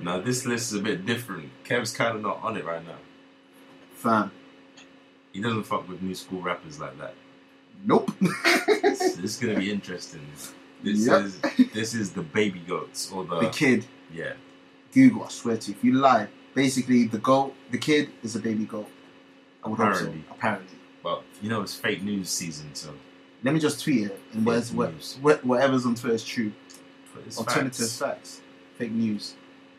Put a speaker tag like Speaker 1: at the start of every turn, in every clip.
Speaker 1: Now this list is a bit different. Kev's kind of not on it right now.
Speaker 2: Fam.
Speaker 1: He doesn't fuck with new school rappers like that.
Speaker 2: Nope.
Speaker 1: It's, it's gonna be interesting. This
Speaker 2: Yep.
Speaker 1: is this is the baby goats or the,
Speaker 2: the kid,
Speaker 1: yeah.
Speaker 2: Google, I swear to you, if you lie, basically the goat, the kid is a baby goat. I would hope so,
Speaker 1: Apparently.
Speaker 2: apparently.
Speaker 1: But you know it's fake news season, so
Speaker 2: Let me just tweet it and where's,
Speaker 1: Fake
Speaker 2: what,
Speaker 1: news.
Speaker 2: what, whatever's on Twitter is true.
Speaker 1: it's
Speaker 2: Alternative
Speaker 1: facts.
Speaker 2: facts. fake news,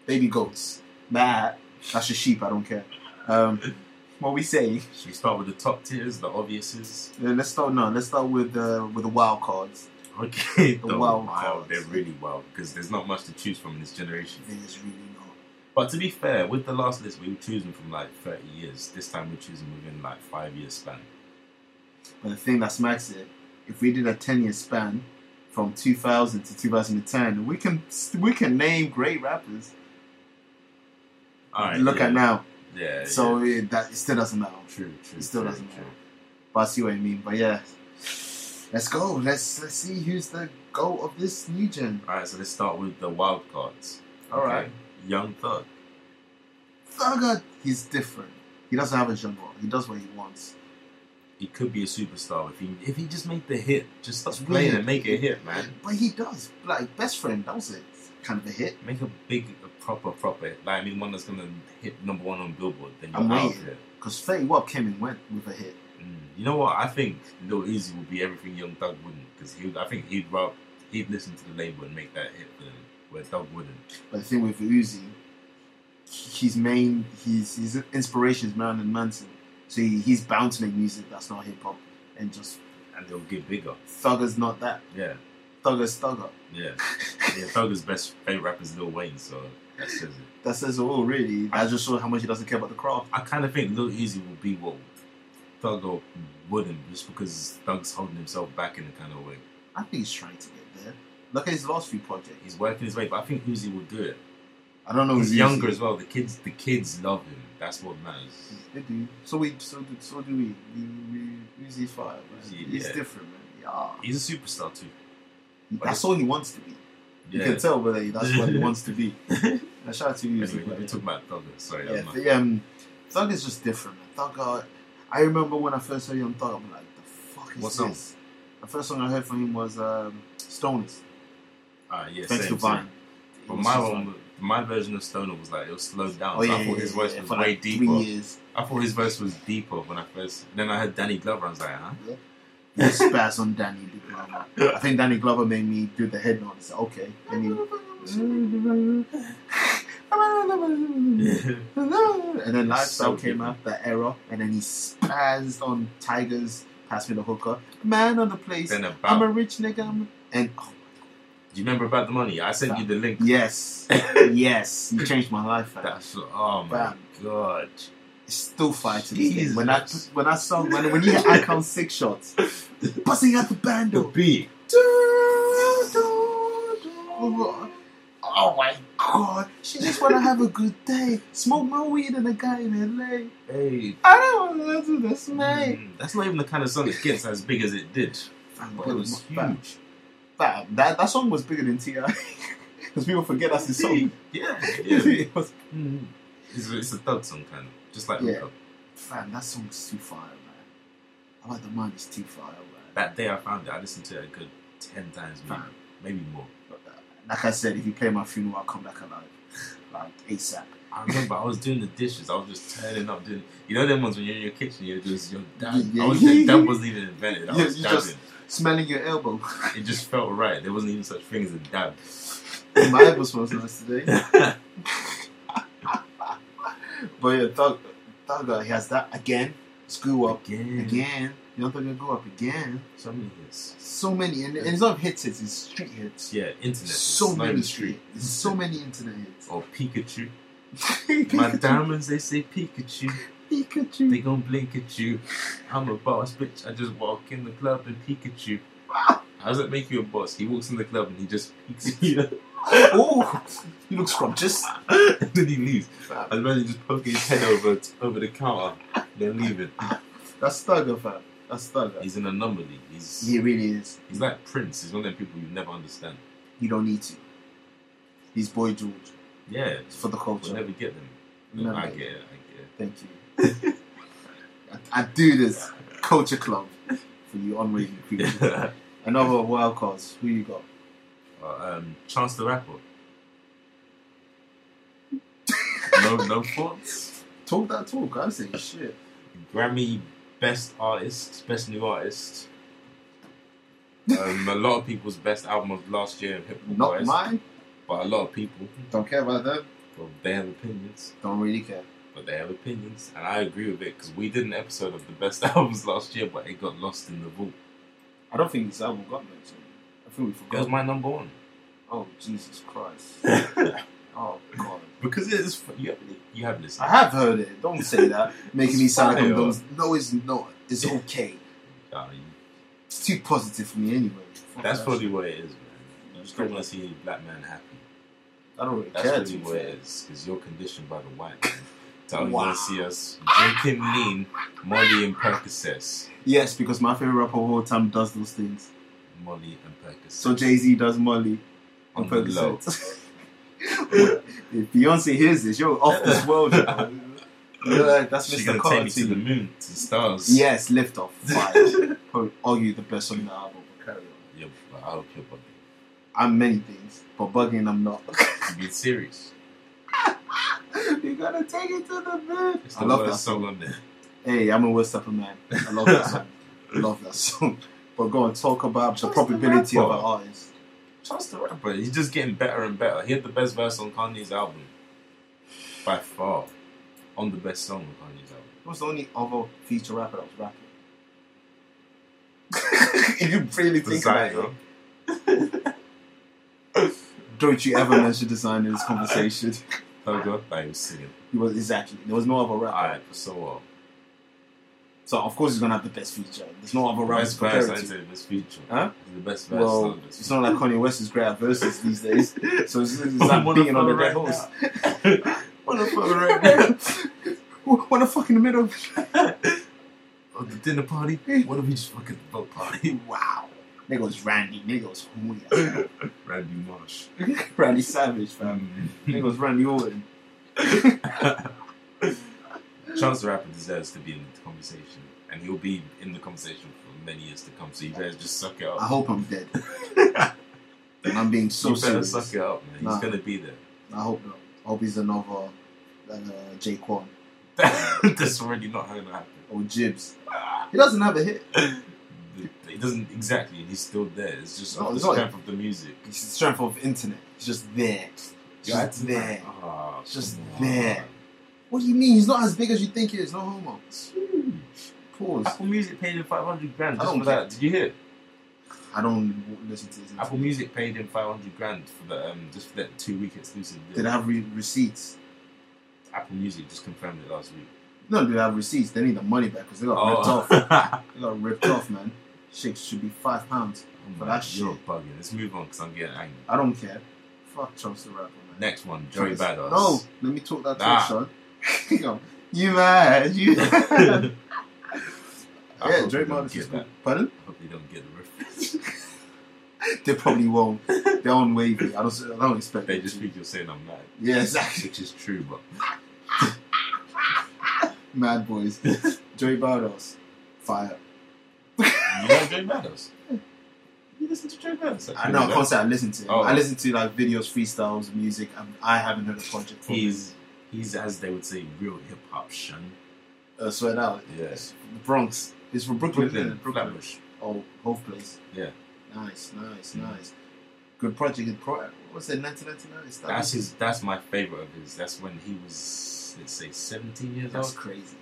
Speaker 2: baby goats. Nah, that's just sheep. I don't care. Um, what we say?
Speaker 1: Should we start with the top tiers, the obviouses?
Speaker 2: uh, Let's start. No, let's start with uh, with the wild cards.
Speaker 1: Okay,
Speaker 2: The
Speaker 1: they're
Speaker 2: wild cards.
Speaker 1: They're really wild because there's not much to choose from in this generation.
Speaker 2: It is really not.
Speaker 1: But to be fair, with the last list, we were choosing from like 30 years. This time we're choosing within like five years span.
Speaker 2: But the thing that smacks it, if we did a ten year span from 2000 to 2010, we can we can name great rappers.
Speaker 1: All right.
Speaker 2: Look
Speaker 1: yeah,
Speaker 2: at now.
Speaker 1: Yeah.
Speaker 2: so
Speaker 1: yeah.
Speaker 2: It, that it still doesn't matter.
Speaker 1: true, true.
Speaker 2: it still
Speaker 1: true,
Speaker 2: doesn't
Speaker 1: true.
Speaker 2: matter. But I see what you mean. But yeah, let's go. Let's let's see who's the goat of this new gen.
Speaker 1: All right, so let's start with the wild cards.
Speaker 2: All right.
Speaker 1: Young Thug.
Speaker 2: Thugger, he's different. He doesn't have a genre. He does what he wants.
Speaker 1: He could be a superstar if he if he just make the hit. Just stop
Speaker 2: Just
Speaker 1: playing
Speaker 2: play it.
Speaker 1: and make a hit, man.
Speaker 2: But he does. Like Best Friend, that was a kind of a hit.
Speaker 1: Make a big, a proper, proper. hit. Like I mean, one that's gonna hit number one on Billboard. Then you're
Speaker 2: I'm
Speaker 1: out
Speaker 2: waiting.
Speaker 1: of it.
Speaker 2: Because 30 What came and went with a hit.
Speaker 1: Mm. You know what? I think Lil Easy would be everything Young Thug wouldn't, because he, would- I think he'd rub, he'd listen to the label and make that hit for them, where Thug wouldn't.
Speaker 2: But the thing with Uzi, his main, his, his inspiration is Marilyn Manson. So he, he's bound to make music that's not hip hop. And just
Speaker 1: And they'll get bigger.
Speaker 2: Thugger's not that.
Speaker 1: Yeah,
Speaker 2: Thugger's Thugger.
Speaker 1: yeah, yeah. Thugger's best favorite rapper is Lil Wayne, so that says it.
Speaker 2: That says it all, really. I just show how much he doesn't care about the craft.
Speaker 1: I kind of think Lil Easy will be what Thugger wouldn't, just because Thug's holding himself back in a kind of way.
Speaker 2: I think he's trying to get there. Look at his last few projects.
Speaker 1: He's working his way, but I think Uzi will do it.
Speaker 2: I don't know.
Speaker 1: He's
Speaker 2: Oh, Uzi.
Speaker 1: younger as well. The kids, the kids love him. That's what matters.
Speaker 2: They do. So we, so do, so do we. We, we Uzi Fire.
Speaker 1: Uzi,
Speaker 2: He's
Speaker 1: yeah.
Speaker 2: different, man. Yeah.
Speaker 1: He's a superstar too.
Speaker 2: That's all he wants to be. You
Speaker 1: Yeah.
Speaker 2: can tell whether he- that's what he wants to be. And shout out to Uzi.
Speaker 1: Anyway,
Speaker 2: man.
Speaker 1: we talking about Thugger. Sorry, that
Speaker 2: yeah,
Speaker 1: was my
Speaker 2: the, um, Thug is just different. Man. Thug, uh, I remember when I first heard Young Thug, I'm like, the fuck is
Speaker 1: What song?
Speaker 2: this? The first song I heard from him was um, Stoners.
Speaker 1: Ah, yeah,
Speaker 2: thanks
Speaker 1: same,
Speaker 2: to Vine.
Speaker 1: same.
Speaker 2: It
Speaker 1: But
Speaker 2: was
Speaker 1: my
Speaker 2: just
Speaker 1: one,
Speaker 2: like-
Speaker 1: my version of Stoner was like it was slowed down.
Speaker 2: Oh
Speaker 1: so
Speaker 2: yeah,
Speaker 1: I thought
Speaker 2: yeah,
Speaker 1: his
Speaker 2: yeah,
Speaker 1: voice
Speaker 2: yeah,
Speaker 1: was
Speaker 2: for
Speaker 1: way
Speaker 2: like
Speaker 1: deeper.
Speaker 2: Three years.
Speaker 1: I thought his verse was deeper when I first. Then I heard Danny Glover. I was like, huh?
Speaker 2: We'll spaz on Danny Glover. I think Danny Glover made me do the head nod. It's like, okay. Let me Mm. and then
Speaker 1: So
Speaker 2: Lifestyle came
Speaker 1: different.
Speaker 2: out, that era, and then he spazzed on Tigers, Pass Me the Hooker, Man on the Place,
Speaker 1: then
Speaker 2: I'm
Speaker 1: about.
Speaker 2: a rich nigga, I'm a- and oh,
Speaker 1: do you remember about the money? I sent you the link.
Speaker 2: yes, yes, you changed my life. fam.
Speaker 1: That's oh my
Speaker 2: Bam.
Speaker 1: god.
Speaker 2: It's still fighting this day. When I
Speaker 1: Jesus.
Speaker 2: when I saw when, when you hit I count six shots, busting out the
Speaker 1: The
Speaker 2: bando.
Speaker 1: beat.
Speaker 2: Oh my god, she just want to have a good day. Smoke my weed and a guy in LA.
Speaker 1: Hey.
Speaker 2: I don't want to do this, mate.
Speaker 1: Mm, that's not even the kind of song it gets as big as it did.
Speaker 2: Fam,
Speaker 1: But it was
Speaker 2: fam,
Speaker 1: huge.
Speaker 2: fam, that, that song was bigger than T.I. Because people forget that's his song.
Speaker 1: Yeah, yeah.
Speaker 2: It was-
Speaker 1: Mm. It's, it's a thug song kind of, just like
Speaker 2: Yeah.
Speaker 1: Hookup.
Speaker 2: fam, that song's too fire, man. I like the mind is too fire, man.
Speaker 1: That day I found it, I listened to it a good ten times, maybe,
Speaker 2: Fam.
Speaker 1: maybe more.
Speaker 2: Like I said, if you play my funeral, I'll come back alive. Like ASAP.
Speaker 1: I remember I was doing the dishes. I was just turning up doing. You know them ones when you're in your kitchen, you're just you're dabbing.
Speaker 2: Yeah.
Speaker 1: I was like, that wasn't even invented. I
Speaker 2: Yeah,
Speaker 1: was
Speaker 2: you
Speaker 1: dabbing.
Speaker 2: just- Smelling your elbow.
Speaker 1: It just felt right. There wasn't even such thing as a dab.
Speaker 2: My elbow smells nice today. But yeah, Thug, Thug uh, he has that again. Screw up
Speaker 1: again,
Speaker 2: again. You don't think it'll go up again?
Speaker 1: so many hits.
Speaker 2: So many, and, and it's not hits, hits, it's street hits.
Speaker 1: Yeah, internet.
Speaker 2: So
Speaker 1: It's not
Speaker 2: many
Speaker 1: even
Speaker 2: street,
Speaker 1: street.
Speaker 2: hits. so many internet hits.
Speaker 1: Or Pikachu. My
Speaker 2: Pikachu,
Speaker 1: diamonds, they say Pikachu.
Speaker 2: Pikachu.
Speaker 1: They gon' blink at you. I'm a boss, bitch. I just walk in the club and Pikachu. How does that make you a boss? He walks in the club and he just peeks at you.
Speaker 2: oh, he looks scrumptious.
Speaker 1: then he leaves. I imagine just poking his head over over the counter, then leaving.
Speaker 2: That's Thugger, fam. That's Thugger.
Speaker 1: He's an anomaly. He's
Speaker 2: He really is.
Speaker 1: he's like Prince. He's one of them people you never understand.
Speaker 2: You don't need to. He's Boy George.
Speaker 1: Yeah,
Speaker 2: for the
Speaker 1: we'll
Speaker 2: culture.
Speaker 1: never get them.
Speaker 2: No,
Speaker 1: I
Speaker 2: mate.
Speaker 1: get it. I get it.
Speaker 2: Thank you. I, I do this culture club for you unworthy creatures.
Speaker 1: Yeah.
Speaker 2: Another wild cards. Who you got?
Speaker 1: Uh, um, Chance the Rapper. no, no thoughts.
Speaker 2: Talk that talk. I'm saying shit.
Speaker 1: Grammy Best Artist, Best New Artist. Um, a lot of people's best album of last year, hip hop
Speaker 2: Not mine.
Speaker 1: But a lot of people,
Speaker 2: Don't care about that.
Speaker 1: well, they have opinions.
Speaker 2: Don't really care.
Speaker 1: But they have opinions, and I agree with it because we did an episode of the best albums last year, but it got lost in the vault.
Speaker 2: I don't think this album got mentioned. I think we
Speaker 1: It was
Speaker 2: forgot.
Speaker 1: my number one.
Speaker 2: oh Jesus Christ.
Speaker 1: because
Speaker 2: Oh God.
Speaker 1: it is. You have, you have listened.
Speaker 2: I have heard it. Don't say that. Making me sound like I'm
Speaker 1: Fire.
Speaker 2: those. No, it's not. It's okay.
Speaker 1: Uh, you-
Speaker 2: It's too positive for me anyway. Fuck
Speaker 1: That's
Speaker 2: that
Speaker 1: probably
Speaker 2: shit.
Speaker 1: what it is, man. You just don't want to see a black man happy.
Speaker 2: I don't really
Speaker 1: That's
Speaker 2: care.
Speaker 1: really
Speaker 2: to be
Speaker 1: what
Speaker 2: fair.
Speaker 1: it is, because you're conditioned by the white man. So you
Speaker 2: Wow.
Speaker 1: want to see us drinking lean, Molly and Percocets.
Speaker 2: Yes, because my favorite rapper of all time does those things.
Speaker 1: Molly and Percocets.
Speaker 2: So Jay Z does Molly
Speaker 1: On
Speaker 2: on
Speaker 1: the low.
Speaker 2: Percocet. if Beyonce hears this, you're off this world. You know? You're like, That's
Speaker 1: She's
Speaker 2: Mr.
Speaker 1: going to take
Speaker 2: Carter.
Speaker 1: me to
Speaker 2: to
Speaker 1: the
Speaker 2: you.
Speaker 1: moon, to the stars.
Speaker 2: Yes, lift off. Fire. Probably argue the best on the album. but Carry on.
Speaker 1: Yeah, but I hope you're bugging.
Speaker 2: I'm many things, but bugging I'm not.
Speaker 1: You being serious.
Speaker 2: You're gonna take it to the moon.
Speaker 1: It's
Speaker 2: I
Speaker 1: the
Speaker 2: love that
Speaker 1: worst
Speaker 2: song.
Speaker 1: song on there.
Speaker 2: Hey, I'm a West Upper man. I love that song. love that song. But go and talk about the probability of an artist.
Speaker 1: Chance the rapper, he's just getting better and better. He had the best verse on Kanye's album. By far. On the best song on Kanye's album.
Speaker 2: Who's the only other feature rapper that was rapping? if you really think about
Speaker 1: Designer.
Speaker 2: it, don't you ever mention design in this conversation?
Speaker 1: Thugger, like he was singing.
Speaker 2: He was exactly. There was no other rapper.
Speaker 1: Alright, so what?
Speaker 2: So of course he's gonna have the best feature. There's no other
Speaker 1: The
Speaker 2: rapper
Speaker 1: best
Speaker 2: to compare
Speaker 1: verse
Speaker 2: it
Speaker 1: ain't
Speaker 2: to.
Speaker 1: it? This feature.
Speaker 2: Huh?
Speaker 1: The best verse.
Speaker 2: Well,
Speaker 1: not this
Speaker 2: it's not like Kanye West is great at verses these days. So it's, it's
Speaker 1: feature.
Speaker 2: like being on
Speaker 1: Wanna
Speaker 2: the red
Speaker 1: fuck
Speaker 2: horse.
Speaker 1: right now. Wanna fuck right now.
Speaker 2: Wanna fuck in the middle?
Speaker 1: Oh, the dinner party? What if we just fucking the boat party?
Speaker 2: Wow. Nigga was Randy. Nigga was Julia.
Speaker 1: Randy Marsh.
Speaker 2: Randy Savage, fam. Nigga was Randy Orton.
Speaker 1: Chance the Rapper deserves to be in the conversation. And he'll be in the conversation for many years to come. So you guys just suck it
Speaker 2: I
Speaker 1: up.
Speaker 2: hope I'm dead. and I'm being so
Speaker 1: you better
Speaker 2: serious.
Speaker 1: suck it up, man.
Speaker 2: Nah.
Speaker 1: He's gonna be there.
Speaker 2: I hope not. I hope he's another uh, J. Quan
Speaker 1: That's already not gonna happen.
Speaker 2: or Jibs. He doesn't have a hit.
Speaker 1: It doesn't exactly, and he's still there. It's just
Speaker 2: No,
Speaker 1: off the
Speaker 2: it's not-
Speaker 1: strength of the music.
Speaker 2: It's the strength of internet. It's just there. It's just there.
Speaker 1: Ah,
Speaker 2: Just
Speaker 1: come on.
Speaker 2: there. What do you mean? He's not as big as you think he is. No homo.
Speaker 1: It's huge.
Speaker 2: Pause.
Speaker 1: Apple Music paid him 500 grand
Speaker 2: I
Speaker 1: just
Speaker 2: don't
Speaker 1: for that. Oh, Did you hear?
Speaker 2: I don't listen to his internet.
Speaker 1: Apple Music paid him 500 grand for the um just for that two week exclusive. deal.
Speaker 2: Did I have re- receipts?
Speaker 1: Apple Music just confirmed it last week.
Speaker 2: No, did I have receipts? They need the money back because they got ripped off.
Speaker 1: oh.
Speaker 2: They got ripped off, man. Shakes should be five pounds.
Speaker 1: For
Speaker 2: that
Speaker 1: that Oh, You're
Speaker 2: shit.
Speaker 1: bugging. Let's move on because I'm getting angry.
Speaker 2: I don't care. Fuck Trump's the rapper, man.
Speaker 1: Next one, Joey
Speaker 2: Trump's-
Speaker 1: Badass.
Speaker 2: No, let me talk that
Speaker 1: Nah.
Speaker 2: talk, son. Hang on. you mad? You? yeah,
Speaker 1: I hope
Speaker 2: Drake
Speaker 1: they don't
Speaker 2: Martin.
Speaker 1: get
Speaker 2: is cool.
Speaker 1: that.
Speaker 2: Pardon?
Speaker 1: I hope they don't get the reference.
Speaker 2: They probably won't. They're on wavy. I don't. I don't expect.
Speaker 1: they
Speaker 2: them
Speaker 1: just
Speaker 2: to.
Speaker 1: think you're saying I'm mad,
Speaker 2: Yeah, exactly.
Speaker 1: which is true, but
Speaker 2: Mad boys. Joey Bardos. Fire.
Speaker 1: you know Joey Badass. You listen to Joey Badass.
Speaker 2: I know. I can't say I listen to him.
Speaker 1: Oh.
Speaker 2: I listen to like videos, freestyles, music. And I haven't heard a project from him.
Speaker 1: He's he's as they would say real hip hop shun.
Speaker 2: Uh, sweat out.
Speaker 1: Yes.
Speaker 2: The Bronx. It's from Brooklyn. isn't
Speaker 1: Brooklyn,
Speaker 2: it?
Speaker 1: Flatbush.
Speaker 2: Oh, both place.
Speaker 1: Yeah.
Speaker 2: Nice, nice,
Speaker 1: Mm.
Speaker 2: nice. Good project. Good pro- What's it? 1999. Is that-
Speaker 1: That's his. That's my favorite of his. That's when he was let's say 17 years
Speaker 2: That's
Speaker 1: old.
Speaker 2: crazy.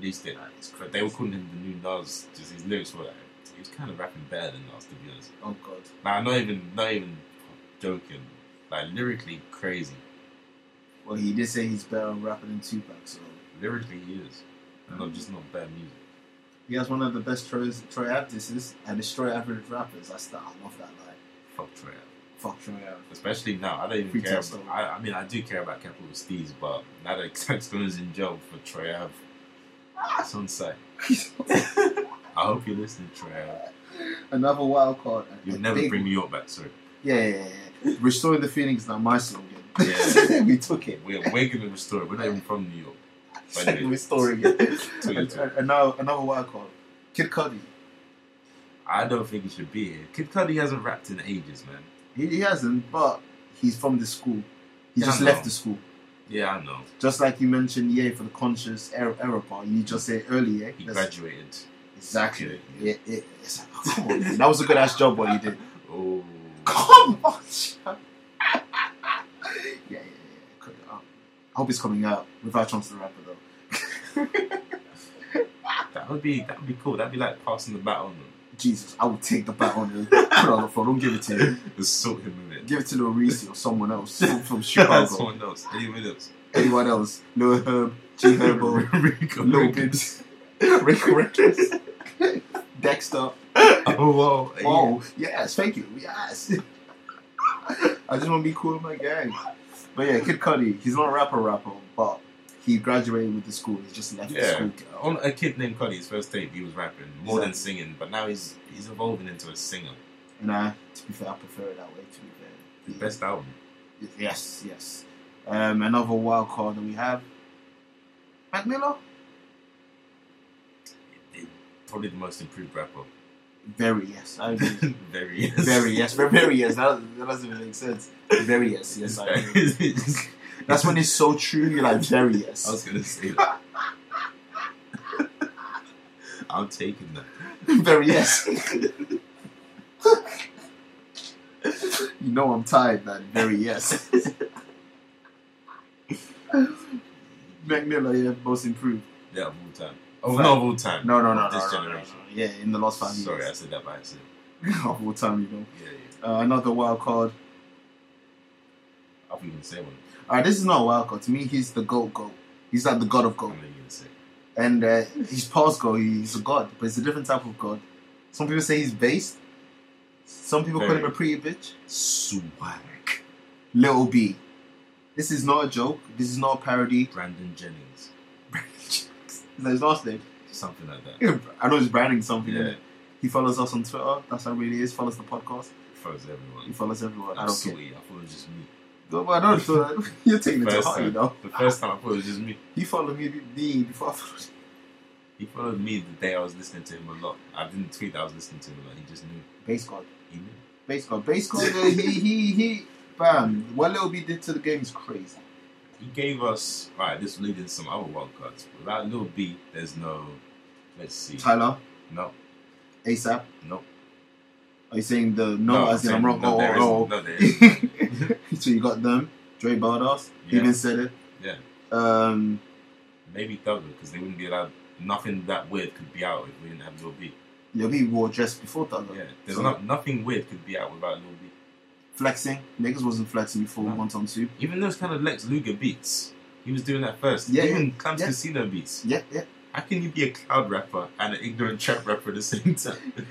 Speaker 1: Released it.
Speaker 2: That is crazy.
Speaker 1: But they were calling him the new Nas. Just his lyrics were like he was kind of rapping better than Nas to be honest.
Speaker 2: Oh god.
Speaker 1: Like not even not even joking. Like lyrically crazy.
Speaker 2: Well, he did say he's better on rapping than Tupac, so
Speaker 1: Lyrically he is. Not just not bad music.
Speaker 2: he has one of the best Troy, Troy Abdises and it's Troy average rappers. I still I love that line.
Speaker 1: Fuck Trey.
Speaker 2: Fuck Troy Average.
Speaker 1: Especially now, I don't even
Speaker 2: Free
Speaker 1: care.
Speaker 2: text,
Speaker 1: About,
Speaker 2: though.
Speaker 1: I, I mean, I do care about Capital Steez, but now that Texton is in jail for Troy Ave, it's on site. I hope you listen, Troy Ave.
Speaker 2: Another wild card.
Speaker 1: You'll
Speaker 2: A
Speaker 1: never
Speaker 2: big-
Speaker 1: bring New York back, sorry.
Speaker 2: Yeah, yeah, yeah, yeah. Restoring the feelings now my slogan.
Speaker 1: Yeah.
Speaker 2: we took it.
Speaker 1: We're, we're going to restore it. We're not even from New York. By the way.
Speaker 2: Restoring it.
Speaker 1: Tweet
Speaker 2: and,
Speaker 1: it.
Speaker 2: and, and now another wild card. Kid Cudi.
Speaker 1: I don't think he should be here. Kid Cudi hasn't rapped in ages, man.
Speaker 2: He, he hasn't, but he's from the school. He
Speaker 1: Yeah,
Speaker 2: just
Speaker 1: I
Speaker 2: left
Speaker 1: know.
Speaker 2: the school.
Speaker 1: Yeah, I know.
Speaker 2: Just like you mentioned, yeah, for the conscious error, error part. You just said earlier.
Speaker 1: He
Speaker 2: that's-
Speaker 1: graduated.
Speaker 2: Exactly.
Speaker 1: Yeah.
Speaker 2: Yeah, yeah. It's like, come on, man. that was a good ass job what you did.
Speaker 1: Oh.
Speaker 2: Come on. yeah, yeah, yeah. Cut it out. I hope it's coming out without Chance the Rapper though.
Speaker 1: That would be that would be cool. That'd be like passing the baton
Speaker 2: Jesus, I will take the bat on you. Put it on the floor. Don't give it to him.
Speaker 1: and sort him with it.
Speaker 2: Give it to Lorisi or someone else from- from
Speaker 1: That's
Speaker 2: Chicago.
Speaker 1: someone else. Anyone else?
Speaker 2: Anyone else? Lil Herb, G Herbo,
Speaker 1: Rico
Speaker 2: Lil
Speaker 1: Rico.
Speaker 2: Gibbs, Rick Rickles, Dexter.
Speaker 1: Oh wow. Yeah.
Speaker 2: Oh, yes, thank you. Yes. I just want to be cool with my gang. But yeah, Kid Cudi, he's not a rapper, rapper, but he graduated with the school. He just left the
Speaker 1: Yeah.
Speaker 2: school.
Speaker 1: On a kid named Cuddy, his first tape, he was rapping more than singing, but now he's he's evolving into a singer.
Speaker 2: And I, to be fair, I prefer it that way. To be fair,
Speaker 1: The best album.
Speaker 2: Yes, yes. Um, another wild card that we have. Mac Miller,
Speaker 1: Probably the most improved rapper.
Speaker 2: very yes, I agree.
Speaker 1: Very yes.
Speaker 2: very yes, very, very yes. That, that doesn't even make sense. Very yes, yes, I agree. That's when it's so true. You're like very yes.
Speaker 1: I was gonna say that. I'm taking that.
Speaker 2: Very yes. you know I'm tired, man. Very yes. Mac Miller, yeah, most improved.
Speaker 1: Yeah, of all time. Oh, not of all time.
Speaker 2: No, no, no,
Speaker 1: This
Speaker 2: no, no, no, no,
Speaker 1: generation.
Speaker 2: Yeah, in the last five
Speaker 1: Sorry, I
Speaker 2: years.
Speaker 1: said that by accident.
Speaker 2: Of all time, you know.
Speaker 1: Yeah, yeah.
Speaker 2: Uh, another wild card.
Speaker 1: I think you can say one.
Speaker 2: All right, this is not a wild card. To me, he's the goat goat. He's like the god of
Speaker 1: I
Speaker 2: goat.
Speaker 1: know you can say.
Speaker 2: And uh, he's past goat. He's a god, but it's a different type of god. Some people say he's based. Some people call
Speaker 1: Very.
Speaker 2: him a pretty bitch.
Speaker 1: Swag.
Speaker 2: Little B. This is not a joke. This is not a parody.
Speaker 1: Brandon Jennings.
Speaker 2: Is that his last name?
Speaker 1: Something like that.
Speaker 2: I know he's branding something.
Speaker 1: Yeah.
Speaker 2: innit? He follows us on Twitter. That's how it really is. Follows the podcast.
Speaker 1: Froze
Speaker 2: He
Speaker 1: everyone.
Speaker 2: follows everyone. I
Speaker 1: I'm
Speaker 2: don't care.
Speaker 1: sorry, I thought it was just me.
Speaker 2: No, but I don't. so- You're taking it to
Speaker 1: First
Speaker 2: heart, you
Speaker 1: time.
Speaker 2: know.
Speaker 1: The first time I thought it was just me.
Speaker 2: He followed me, me before I followed him.
Speaker 1: He followed me the day I was listening to him a lot. I didn't tweet that I was listening to him a lot. He just knew.
Speaker 2: Base God.
Speaker 1: He knew.
Speaker 2: Base God. Base God. uh, he, he, he. Bam. What Lil B did to the game is crazy.
Speaker 1: He gave us right. This will lead into some other wild cards. Without Lil B, there's no. Let's see.
Speaker 2: Tyler,
Speaker 1: No,
Speaker 2: ASAP.
Speaker 1: no.
Speaker 2: Are you saying the no, as in
Speaker 1: saying
Speaker 2: I'm wrong?
Speaker 1: No,
Speaker 2: oh,
Speaker 1: there
Speaker 2: oh,
Speaker 1: isn't. No, there
Speaker 2: oh.
Speaker 1: isn't.
Speaker 2: so you got them. Dre Bardas. He
Speaker 1: Yeah.
Speaker 2: even said it.
Speaker 1: Yeah.
Speaker 2: Um,
Speaker 1: Maybe Thugger, because they wouldn't be allowed. Nothing that weird could be out if we didn't have Lil B.
Speaker 2: Lil B wore dress before Thugger.
Speaker 1: Yeah, there's
Speaker 2: So-
Speaker 1: no, nothing weird could be out without Lil B.
Speaker 2: flexing. Niggas wasn't flexing before
Speaker 1: No.
Speaker 2: one time two.
Speaker 1: Even those kind of Lex Luger beats, he was doing that first.
Speaker 2: Yeah,
Speaker 1: Even Clams
Speaker 2: yeah.
Speaker 1: Casino beats.
Speaker 2: Yeah, yeah.
Speaker 1: How can you be a cloud rapper and an ignorant trap rapper at the same time?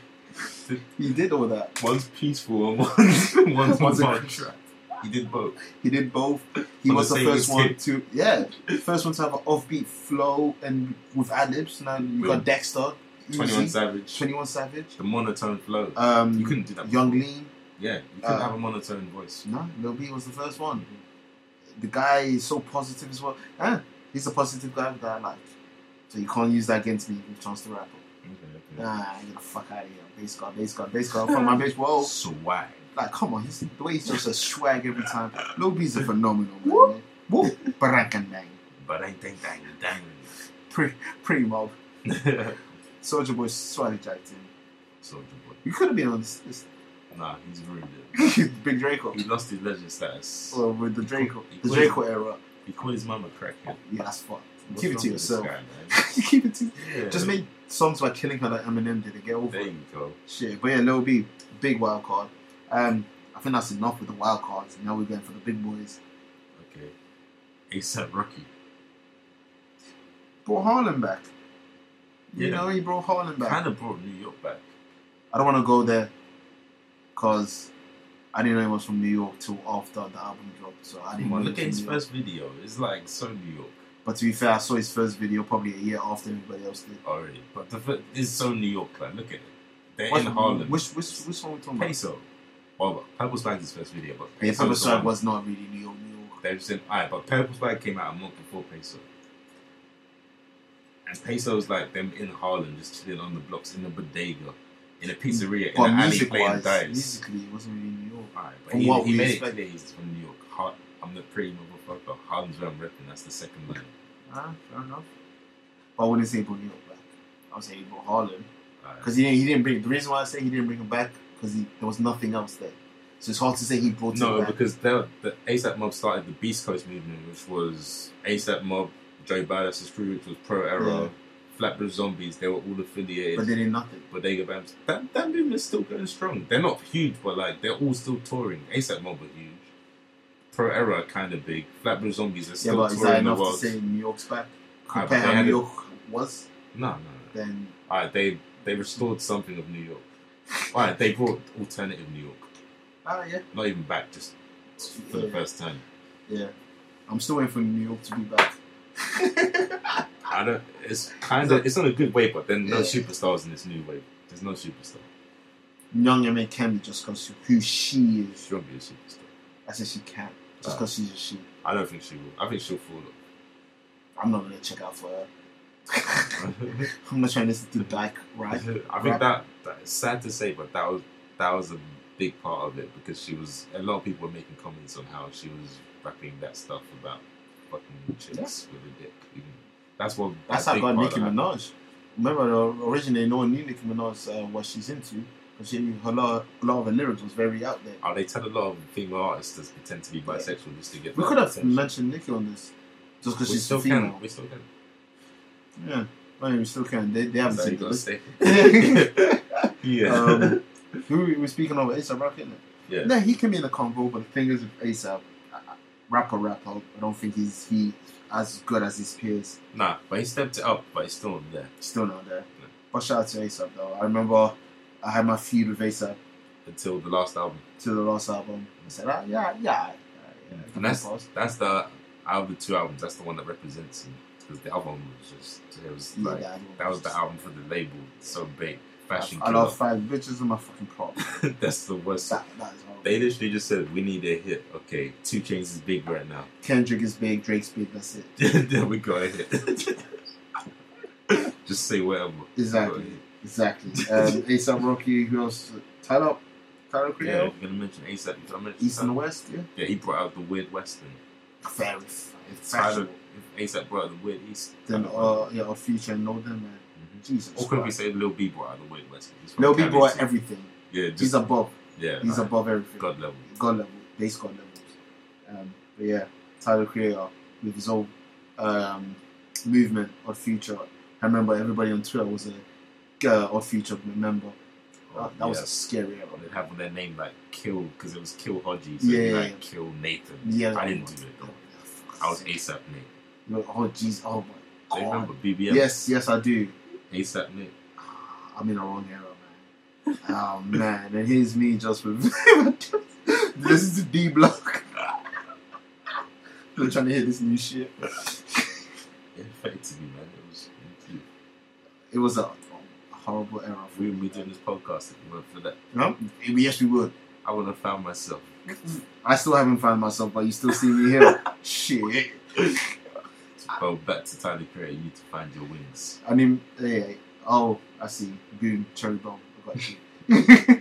Speaker 2: He did all that.
Speaker 1: one's peaceful and one's one's,
Speaker 2: One's
Speaker 1: one's
Speaker 2: a-
Speaker 1: on trap. He did both.
Speaker 2: He did both. He
Speaker 1: On the
Speaker 2: was the
Speaker 1: same
Speaker 2: first one
Speaker 1: mixtape.
Speaker 2: to yeah, first one to have an offbeat flow and with ad libs. Now you got
Speaker 1: With
Speaker 2: Dexter,
Speaker 1: Twenty One Savage,
Speaker 2: Twenty One Savage,
Speaker 1: the monotone flow.
Speaker 2: um,
Speaker 1: you couldn't do that.
Speaker 2: Young Lean.
Speaker 1: yeah, you couldn't
Speaker 2: uh,
Speaker 1: have a monotone voice.
Speaker 2: No, Lil B was the first one. The guy is so positive as well. Ah, he's a positive guy that I like. So you can't use that against me with Chance the Rapper.
Speaker 1: Okay, okay.
Speaker 2: Nah, get the fuck out of here. Base guard, base guard, base guard. From my bitch,
Speaker 1: oh.
Speaker 2: whoa.
Speaker 1: Swag.
Speaker 2: Like, come on, he's, the way he's just a swag every time. Lil B's a phenomenal man. Whoop, whoop. Barakanan.
Speaker 1: But I think dang
Speaker 2: Pretty, pretty mob.
Speaker 1: dang.
Speaker 2: Soldier Boy swag jacked him.
Speaker 1: Soldier boy.
Speaker 2: You could have been on this,
Speaker 1: Nah, he's ruined it.
Speaker 2: this Big Draco.
Speaker 1: He lost his legend status.
Speaker 2: Well, with the Draco,
Speaker 1: He
Speaker 2: the
Speaker 1: quit.
Speaker 2: Draco era.
Speaker 1: He called his mum a crackhead.
Speaker 2: Yeah, that's fucked.
Speaker 1: What's
Speaker 2: Keep it
Speaker 1: wrong
Speaker 2: to
Speaker 1: with this
Speaker 2: yourself.
Speaker 1: guy, man?
Speaker 2: You Keep it to.
Speaker 1: Yeah.
Speaker 2: Just make songs by killing her like Eminem did. They get over
Speaker 1: There
Speaker 2: it.
Speaker 1: you go.
Speaker 2: Shit, but yeah, Lil B, big wild card. Um, I think that's enough with the wild cards. Now we're going for the big boys.
Speaker 1: Okay. ASAP Rocky.
Speaker 2: Brought Harlem back. You
Speaker 1: Yeah.
Speaker 2: know, he brought Harlem back.
Speaker 1: Kind of brought New York back.
Speaker 2: I don't want to go there because I didn't know he was from New York till after the album dropped. So I didn't
Speaker 1: Come on,
Speaker 2: know
Speaker 1: look
Speaker 2: he
Speaker 1: at
Speaker 2: was
Speaker 1: his
Speaker 2: from New York.
Speaker 1: first video. It's like so New York
Speaker 2: But to be fair, I saw his first video probably a year after everybody else did.
Speaker 1: already. But the fir- it's so New York. Like, look at it. They're
Speaker 2: What-
Speaker 1: in Harlem.
Speaker 2: Which, which, which one we talking about?
Speaker 1: Peso. Well, Purple Slide's his first video, but
Speaker 2: Yeah,
Speaker 1: Peso
Speaker 2: Purple
Speaker 1: was the
Speaker 2: Swag
Speaker 1: one-
Speaker 2: was not really New York, New York.
Speaker 1: They've said, alright, but Purple Spike came out a month before Peso. And Peso's like them in Harlem, just chilling on the blocks, in a bodega, in a pizzeria, in
Speaker 2: But
Speaker 1: an alley
Speaker 2: music
Speaker 1: playing
Speaker 2: wise,
Speaker 1: dice.
Speaker 2: musically, it wasn't really New York.
Speaker 1: Alright, but
Speaker 2: From
Speaker 1: he,
Speaker 2: what
Speaker 1: he
Speaker 2: we
Speaker 1: made it
Speaker 2: expect-
Speaker 1: clear he's from New York. Har- I'm the pretty motherfucker. Harlem's where I'm repping, that's the second line.
Speaker 2: Ah, fair enough. But I wouldn't say he brought New York back. I would say he brought Harlem
Speaker 1: Alright.
Speaker 2: because he didn't. He didn't bring. The reason why I say he didn't bring him back because there was nothing else there. So it's hard to say he brought
Speaker 1: No,
Speaker 2: him back.
Speaker 1: because the, the ASAP Mob started the Beast Coast movement, which was ASAP Mob, Joe Badass's crew, which was Pro Era,
Speaker 2: Yeah.
Speaker 1: Flatbush Zombies. They were all affiliated.
Speaker 2: But they did nothing.
Speaker 1: Bodega Bams. That that movement's still going strong. They're not huge, but like they're all still touring. ASAP Mob were huge. Pro Era kind of big. Flatbush Zombies are
Speaker 2: Yeah,
Speaker 1: still
Speaker 2: but is
Speaker 1: touring
Speaker 2: that
Speaker 1: the
Speaker 2: enough to
Speaker 1: world.
Speaker 2: say New York's back?
Speaker 1: Ah, but
Speaker 2: Compare
Speaker 1: they
Speaker 2: how
Speaker 1: had
Speaker 2: New
Speaker 1: a-
Speaker 2: York was,
Speaker 1: no, no, no.
Speaker 2: then
Speaker 1: All right, they they restored something of New York. All right, they brought alternative New York.
Speaker 2: ah yeah,
Speaker 1: Not even back, just for the
Speaker 2: Yeah.
Speaker 1: first time.
Speaker 2: yeah. I'm still waiting for New York to be back.
Speaker 1: I don't. It's kind of. It's not a good wave, but then no
Speaker 2: Yeah.
Speaker 1: superstars in this new wave. There's no superstar.
Speaker 2: Young M.A. can be just because who she is.
Speaker 1: She'll be a superstar.
Speaker 2: I said she can just
Speaker 1: Ah.
Speaker 2: because she's a she.
Speaker 1: I don't think she will. I think she'll fall off.
Speaker 2: I'm not gonna check out for her. I'm not trying to listen to Dyke,
Speaker 1: I
Speaker 2: right?
Speaker 1: think
Speaker 2: Right.
Speaker 1: that, that it's sad to say, but that was that was a big part of it because she was. A lot of people were making comments on how she was rapping that stuff about fucking chicks with a dick. You know, That's what.
Speaker 2: That's
Speaker 1: that
Speaker 2: how I
Speaker 1: big
Speaker 2: got
Speaker 1: part
Speaker 2: Nicki
Speaker 1: of that-
Speaker 2: Minaj. Remember, uh, originally no one knew Nicki Minaj uh, what she's into because she knew her lot, a lot of her lyrics was very out there.
Speaker 1: Oh, they tell a lot of female artists to pretend to be bisexual just to get.
Speaker 2: We
Speaker 1: that
Speaker 2: could have
Speaker 1: attention.
Speaker 2: mentioned Nicki on this just
Speaker 1: We
Speaker 2: because she's a
Speaker 1: still
Speaker 2: female.
Speaker 1: can. We still can.
Speaker 2: Yeah, I mean, we still can. They, they haven't
Speaker 1: So you
Speaker 2: seen
Speaker 1: gotta
Speaker 2: this.
Speaker 1: stay.
Speaker 2: Um,
Speaker 1: Yeah.
Speaker 2: um, we were speaking of ASAP Rocky. innit?
Speaker 1: yeah.
Speaker 2: No, he can be in the convo, but the thing is with ASAP, uh, rapper, rapper, I don't think he's he as good as his peers.
Speaker 1: Nah, but he stepped it up, but he's still on there.
Speaker 2: Still not there.
Speaker 1: Yeah.
Speaker 2: But shout out to ASAP though. I remember I had my feud with ASAP
Speaker 1: Until the last album.
Speaker 2: to the last album. I said, ah, yeah, yeah, yeah,
Speaker 1: And that's that's the out of the two albums, that's the one that represents him. Because the album was just it was like that was the album for the label, so big. Fashion
Speaker 2: I, I
Speaker 1: killer.
Speaker 2: lost five bitches in my fucking prop.
Speaker 1: that's the worst.
Speaker 2: that, that is horrible.
Speaker 1: They literally just said we need a hit. Okay, two chains is big right now.
Speaker 2: Kendrick is big, Drake's big. That's it.
Speaker 1: then we got a hit. just say whatever.
Speaker 2: Exactly. Exactly. Um, ASAP Rocky, who else? Tyler, Tyler
Speaker 1: Yeah, yeah.
Speaker 2: Creole,
Speaker 1: you're gonna mention ASAP. You're gonna mention
Speaker 2: East and West. Yeah,
Speaker 1: Yeah, he brought out the weird western.
Speaker 2: very
Speaker 1: If Tyler,
Speaker 2: fashionable.
Speaker 1: if ASAP brought out the weird east,
Speaker 2: Then,
Speaker 1: Tyler-
Speaker 2: uh, yeah, or Future and Northern Man.
Speaker 1: Mhm.
Speaker 2: Jesus.
Speaker 1: Or could we
Speaker 2: Christ.
Speaker 1: say Lil B brought out the Wade West? He's from
Speaker 2: Lil B
Speaker 1: Cali,
Speaker 2: brought
Speaker 1: so-
Speaker 2: everything.
Speaker 1: Yeah, just,
Speaker 2: He's above.
Speaker 1: yeah,
Speaker 2: He's
Speaker 1: nah,
Speaker 2: above everything.
Speaker 1: God level.
Speaker 2: God level. Base God levels. Um, but yeah, Tyler Creator with his whole um, movement Odd Future. I remember everybody on Twitter was a uh, Odd Future member.
Speaker 1: Oh,
Speaker 2: Uh, That, that was a scary era.
Speaker 1: yeah. They have on their name like Kill because it was Kill Hodgie, so it'd be
Speaker 2: Yeah, yeah,
Speaker 1: like
Speaker 2: yeah.
Speaker 1: Kill Nathan.
Speaker 2: Yeah,
Speaker 1: I didn't do it though. I was ASAP Nick.
Speaker 2: Oh jeez. Oh
Speaker 1: Do
Speaker 2: my
Speaker 1: you
Speaker 2: god.
Speaker 1: remember BBM?
Speaker 2: Yes, yes, I do.
Speaker 1: ASAP Nick.
Speaker 2: Ah, I'm in the wrong era, man. Oh man, and here's me just with this is D block. I'm trying to hear this new shit.
Speaker 1: It affected me, man. It was.
Speaker 2: It was a horrible era. For
Speaker 1: We
Speaker 2: me,
Speaker 1: wouldn't be
Speaker 2: man.
Speaker 1: doing this podcast if it weren't for that.
Speaker 2: No? Yes, we would.
Speaker 1: I would have found myself.
Speaker 2: I still haven't found myself, but you still see me here. shit.
Speaker 1: Well, back to Tyler Creator, you need to find your wings.
Speaker 2: I mean, yeah. Oh, I see. Boom, cherry bomb. I got you.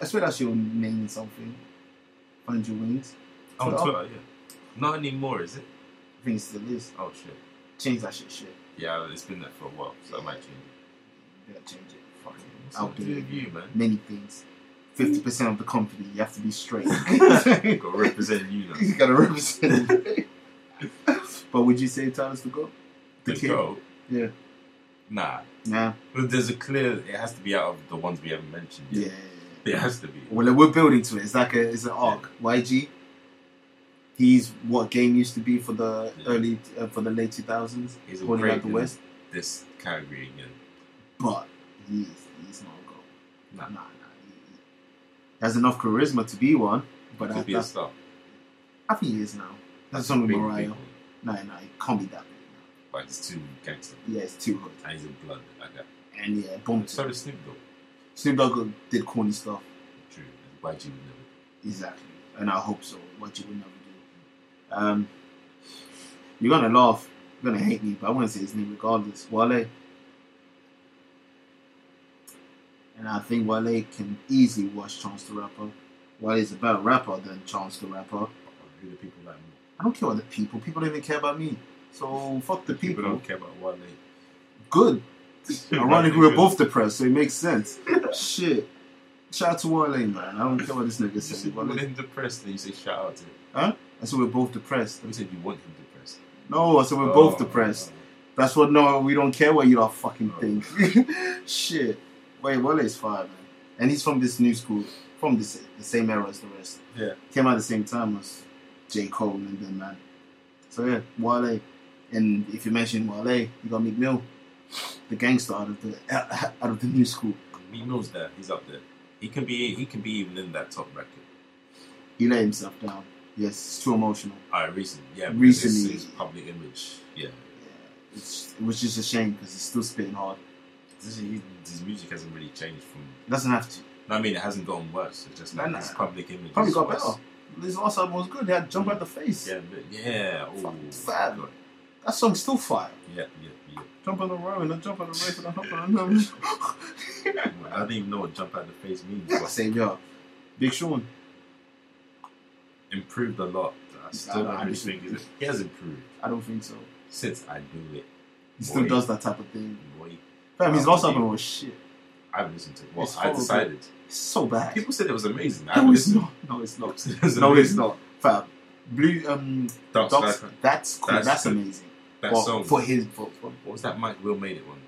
Speaker 2: I swear that's your name something. Find your wings.
Speaker 1: On
Speaker 2: Twitter?
Speaker 1: Twitter, yeah. Not anymore, is it?
Speaker 2: I think it still is.
Speaker 1: Oh shit.
Speaker 2: Change that shit, shit.
Speaker 1: Yeah, it's been that for a while, so I might change it.
Speaker 2: You gotta change it. Fuck it.
Speaker 1: What's
Speaker 2: I'll
Speaker 1: up
Speaker 2: do
Speaker 1: to do
Speaker 2: it.
Speaker 1: with you, man?
Speaker 2: Many things. 50% of the company, you have to be straight.
Speaker 1: You gotta represent you now.
Speaker 2: you gotta represent. but would you say Tyler's the goat?
Speaker 1: The
Speaker 2: kid?
Speaker 1: goat?
Speaker 2: Yeah.
Speaker 1: Nah.
Speaker 2: Nah.
Speaker 1: But there's a clear it has to be out of the ones we haven't mentioned
Speaker 2: Yeah.
Speaker 1: yet. It has to be.
Speaker 2: Well, we're building to it. It's like a, it's an arc. YG, he's what game used to be for the
Speaker 1: Yeah.
Speaker 2: early, uh, for the late 2000s,
Speaker 1: He's a
Speaker 2: holding
Speaker 1: great
Speaker 2: out the West.
Speaker 1: this category again.
Speaker 2: But he is, he's not a goat.
Speaker 1: Nah.
Speaker 2: Nah, nah. He, he has enough charisma to be one, but
Speaker 1: But
Speaker 2: I,
Speaker 1: could be a
Speaker 2: that,
Speaker 1: star.
Speaker 2: I think he is now. That's something with
Speaker 1: Big
Speaker 2: Mariah.
Speaker 1: people.
Speaker 2: No, no, it can't be that big.
Speaker 1: Like it's too gangster.
Speaker 2: Yeah, it's too hood.
Speaker 1: And he's a blood like that.
Speaker 2: And yeah, bomb
Speaker 1: So
Speaker 2: to.
Speaker 1: does Snoop Dogg.
Speaker 2: Snoop Dogg did corny stuff.
Speaker 1: True. YG would never.
Speaker 2: Exactly. and I hope so. What you would never do. Um, you're gonna laugh, you're gonna hate me, but I'm gonna say his name regardless. Wale. And I think Wale can easily watch Chance the Rapper. Wale is a better rapper than Chance the Rapper.
Speaker 1: Who the people like me?
Speaker 2: I don't care about the people. People don't even care about me. So fuck the
Speaker 1: People
Speaker 2: people.
Speaker 1: don't care about Wale.
Speaker 2: Good. Ironically, we're
Speaker 1: Because-
Speaker 2: both depressed, so it makes sense. Shit. Shout out to Wale, man. I don't care what this nigga
Speaker 1: You said
Speaker 2: says.
Speaker 1: you want
Speaker 2: Wale-
Speaker 1: him depressed, then you say shout out to him.
Speaker 2: I said we're both depressed.
Speaker 1: You said you want him depressed.
Speaker 2: No, I said we're
Speaker 1: Oh,
Speaker 2: both depressed.
Speaker 1: oh.
Speaker 2: That's what. No, we don't care what you all fucking
Speaker 1: Oh.
Speaker 2: think. Shit. Wait, Wale is fire, man. And he's from this new school, from this the same era as the rest.
Speaker 1: Yeah.
Speaker 2: Came out at the same time as J Cole and then man. So yeah, Wale. And if you mention Wale, you got Meek Mill, the gangster out of the out of the new school.
Speaker 1: He knows that he's up there. He can be. He can be even in that top bracket.
Speaker 2: He let himself down. Yes, it's too emotional.
Speaker 1: Uh, recently, yeah. because it's-
Speaker 2: Recently.
Speaker 1: it's public image. Yeah,
Speaker 2: Yeah. It's, which is a shame because he's still spitting hard.
Speaker 1: This is- he- his music hasn't really changed from.
Speaker 2: He doesn't have to.
Speaker 1: No, I mean, it hasn't gotten worse. It's just like
Speaker 2: No, no.
Speaker 1: his public image.
Speaker 2: Probably
Speaker 1: is
Speaker 2: got
Speaker 1: worse.
Speaker 2: better. This last album was good. They had jump out the face.
Speaker 1: Yeah, but- yeah. Oh,
Speaker 2: Fucking sad.
Speaker 1: God.
Speaker 2: That song's still fire.
Speaker 1: Yeah, yeah, yeah.
Speaker 2: Jump on the road and I jump on the roof and I hop on the roof.
Speaker 1: I don't even know what jump out the face means.
Speaker 2: I
Speaker 1: But
Speaker 2: say, yo, Big Sean.
Speaker 1: improved a lot. I still
Speaker 2: I- I
Speaker 1: don't really
Speaker 2: just-
Speaker 1: think he's- he has improved
Speaker 2: I don't think so.
Speaker 1: since I do it.
Speaker 2: He still
Speaker 1: Boy.
Speaker 2: does that type of thing.
Speaker 1: Boy,
Speaker 2: Fam, his
Speaker 1: Oh,
Speaker 2: last
Speaker 1: yeah.
Speaker 2: album was shit.
Speaker 1: I haven't listened to it. Well,
Speaker 2: It's
Speaker 1: I
Speaker 2: horrible.
Speaker 1: decided.
Speaker 2: It's so bad.
Speaker 1: People said it was amazing. I
Speaker 2: no,
Speaker 1: haven't
Speaker 2: it's
Speaker 1: listened.
Speaker 2: not. No, it's not.
Speaker 1: It was
Speaker 2: No, it's
Speaker 1: amazing.
Speaker 2: not. Fam, Blue um,
Speaker 1: Dark
Speaker 2: Docs,
Speaker 1: Side-
Speaker 2: that's cool. That's,
Speaker 1: That's the-
Speaker 2: amazing.
Speaker 1: That
Speaker 2: Well,
Speaker 1: song.
Speaker 2: for his, for, for,
Speaker 1: What was that Mike Will made it one?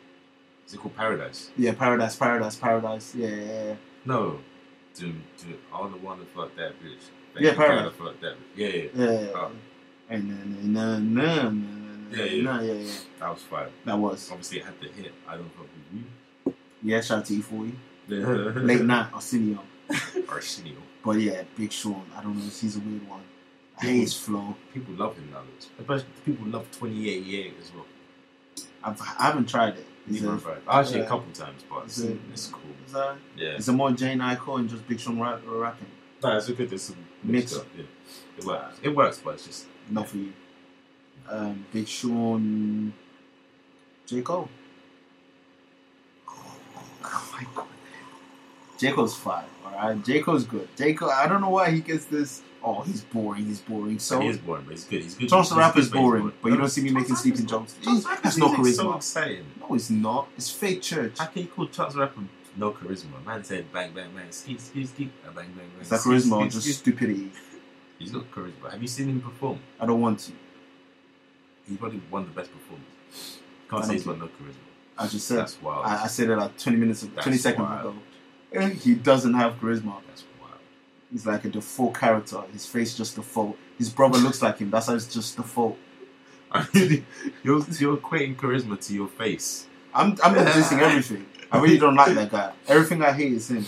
Speaker 1: Is it called Paradise?
Speaker 2: yeah, Paradise, Paradise, Paradise. Yeah, yeah, yeah.
Speaker 1: No. Do do I wanna wanna fuck that bitch. Thank you,
Speaker 2: Yeah,
Speaker 1: kinda
Speaker 2: Paradise.
Speaker 1: Fuck that bitch. Yeah, yeah,
Speaker 2: yeah. Eh.
Speaker 1: Oh.
Speaker 2: And then, and then, and then, and then,
Speaker 1: Yeah, yeah.
Speaker 2: no, yeah, yeah.
Speaker 1: that was fire.
Speaker 2: That was.
Speaker 1: Obviously, it had the hit. I don't fuck with
Speaker 2: Yeah, shout out to E40.
Speaker 1: you.
Speaker 2: Late Night, Arsenio.
Speaker 1: Arsenio.
Speaker 2: But yeah, Big Sean. I don't know. He's a weird one. I hate his flow.
Speaker 1: People love him now. Especially people love 28 Year as well.
Speaker 2: I've, I haven't tried it. Is
Speaker 1: Neither
Speaker 2: it,
Speaker 1: have I. Actually,
Speaker 2: yeah.
Speaker 1: a couple times, but it's,
Speaker 2: Is it-
Speaker 1: it's cool.
Speaker 2: is that,
Speaker 1: Yeah.
Speaker 2: is it more Jane Icon and just Big Sean rap, rapping?
Speaker 1: No, it's a good. It's a
Speaker 2: Mix.
Speaker 1: mix up. Yeah. It works. It works, but it's just.
Speaker 2: Not for you. Um, Big Sean. J. Cole. Oh my god. J. Cole's fine, alright? J. Cole's good. J. Cole, I don't know why he gets this. Oh, he's boring, he's boring. So.
Speaker 1: he is boring, but he's good. He's good.
Speaker 2: Chance the
Speaker 1: He's
Speaker 2: Rapper
Speaker 1: good,
Speaker 2: is
Speaker 1: but he's
Speaker 2: boring, but you don't see me
Speaker 1: Chance
Speaker 2: making
Speaker 1: the
Speaker 2: sleeping
Speaker 1: Rapper's-
Speaker 2: jog's.
Speaker 1: Chance the
Speaker 2: That's
Speaker 1: Rapper's
Speaker 2: no
Speaker 1: music's So
Speaker 2: charisma.
Speaker 1: exciting.
Speaker 2: No, it's not. It's fake church.
Speaker 1: How can you call Chance the Rapper no charisma? Man said bang bang bang, ski ski ski, uh, bang bang bang.
Speaker 2: It's that
Speaker 1: ski,
Speaker 2: charisma or
Speaker 1: ski,
Speaker 2: just
Speaker 1: ski.
Speaker 2: stupidity.
Speaker 1: He's got charisma. Have you seen him perform?
Speaker 2: I don't want to.
Speaker 1: He's probably one of the best performers. Can't
Speaker 2: I
Speaker 1: say
Speaker 2: don't
Speaker 1: he's got no charisma.
Speaker 2: I just said.
Speaker 1: That's wild.
Speaker 2: I, I said it like 20 minutes, ago,
Speaker 1: That's
Speaker 2: 20 seconds
Speaker 1: wild.
Speaker 2: ago. Eh, He doesn't have charisma.
Speaker 1: That's wild.
Speaker 2: He's like a default character. His face just default. His brother looks like him. That's how it's just default.
Speaker 1: I mean, you're you're equating charisma to your face.
Speaker 2: I'm I'm dissing everything. I really don't like that guy. Everything I hate is him.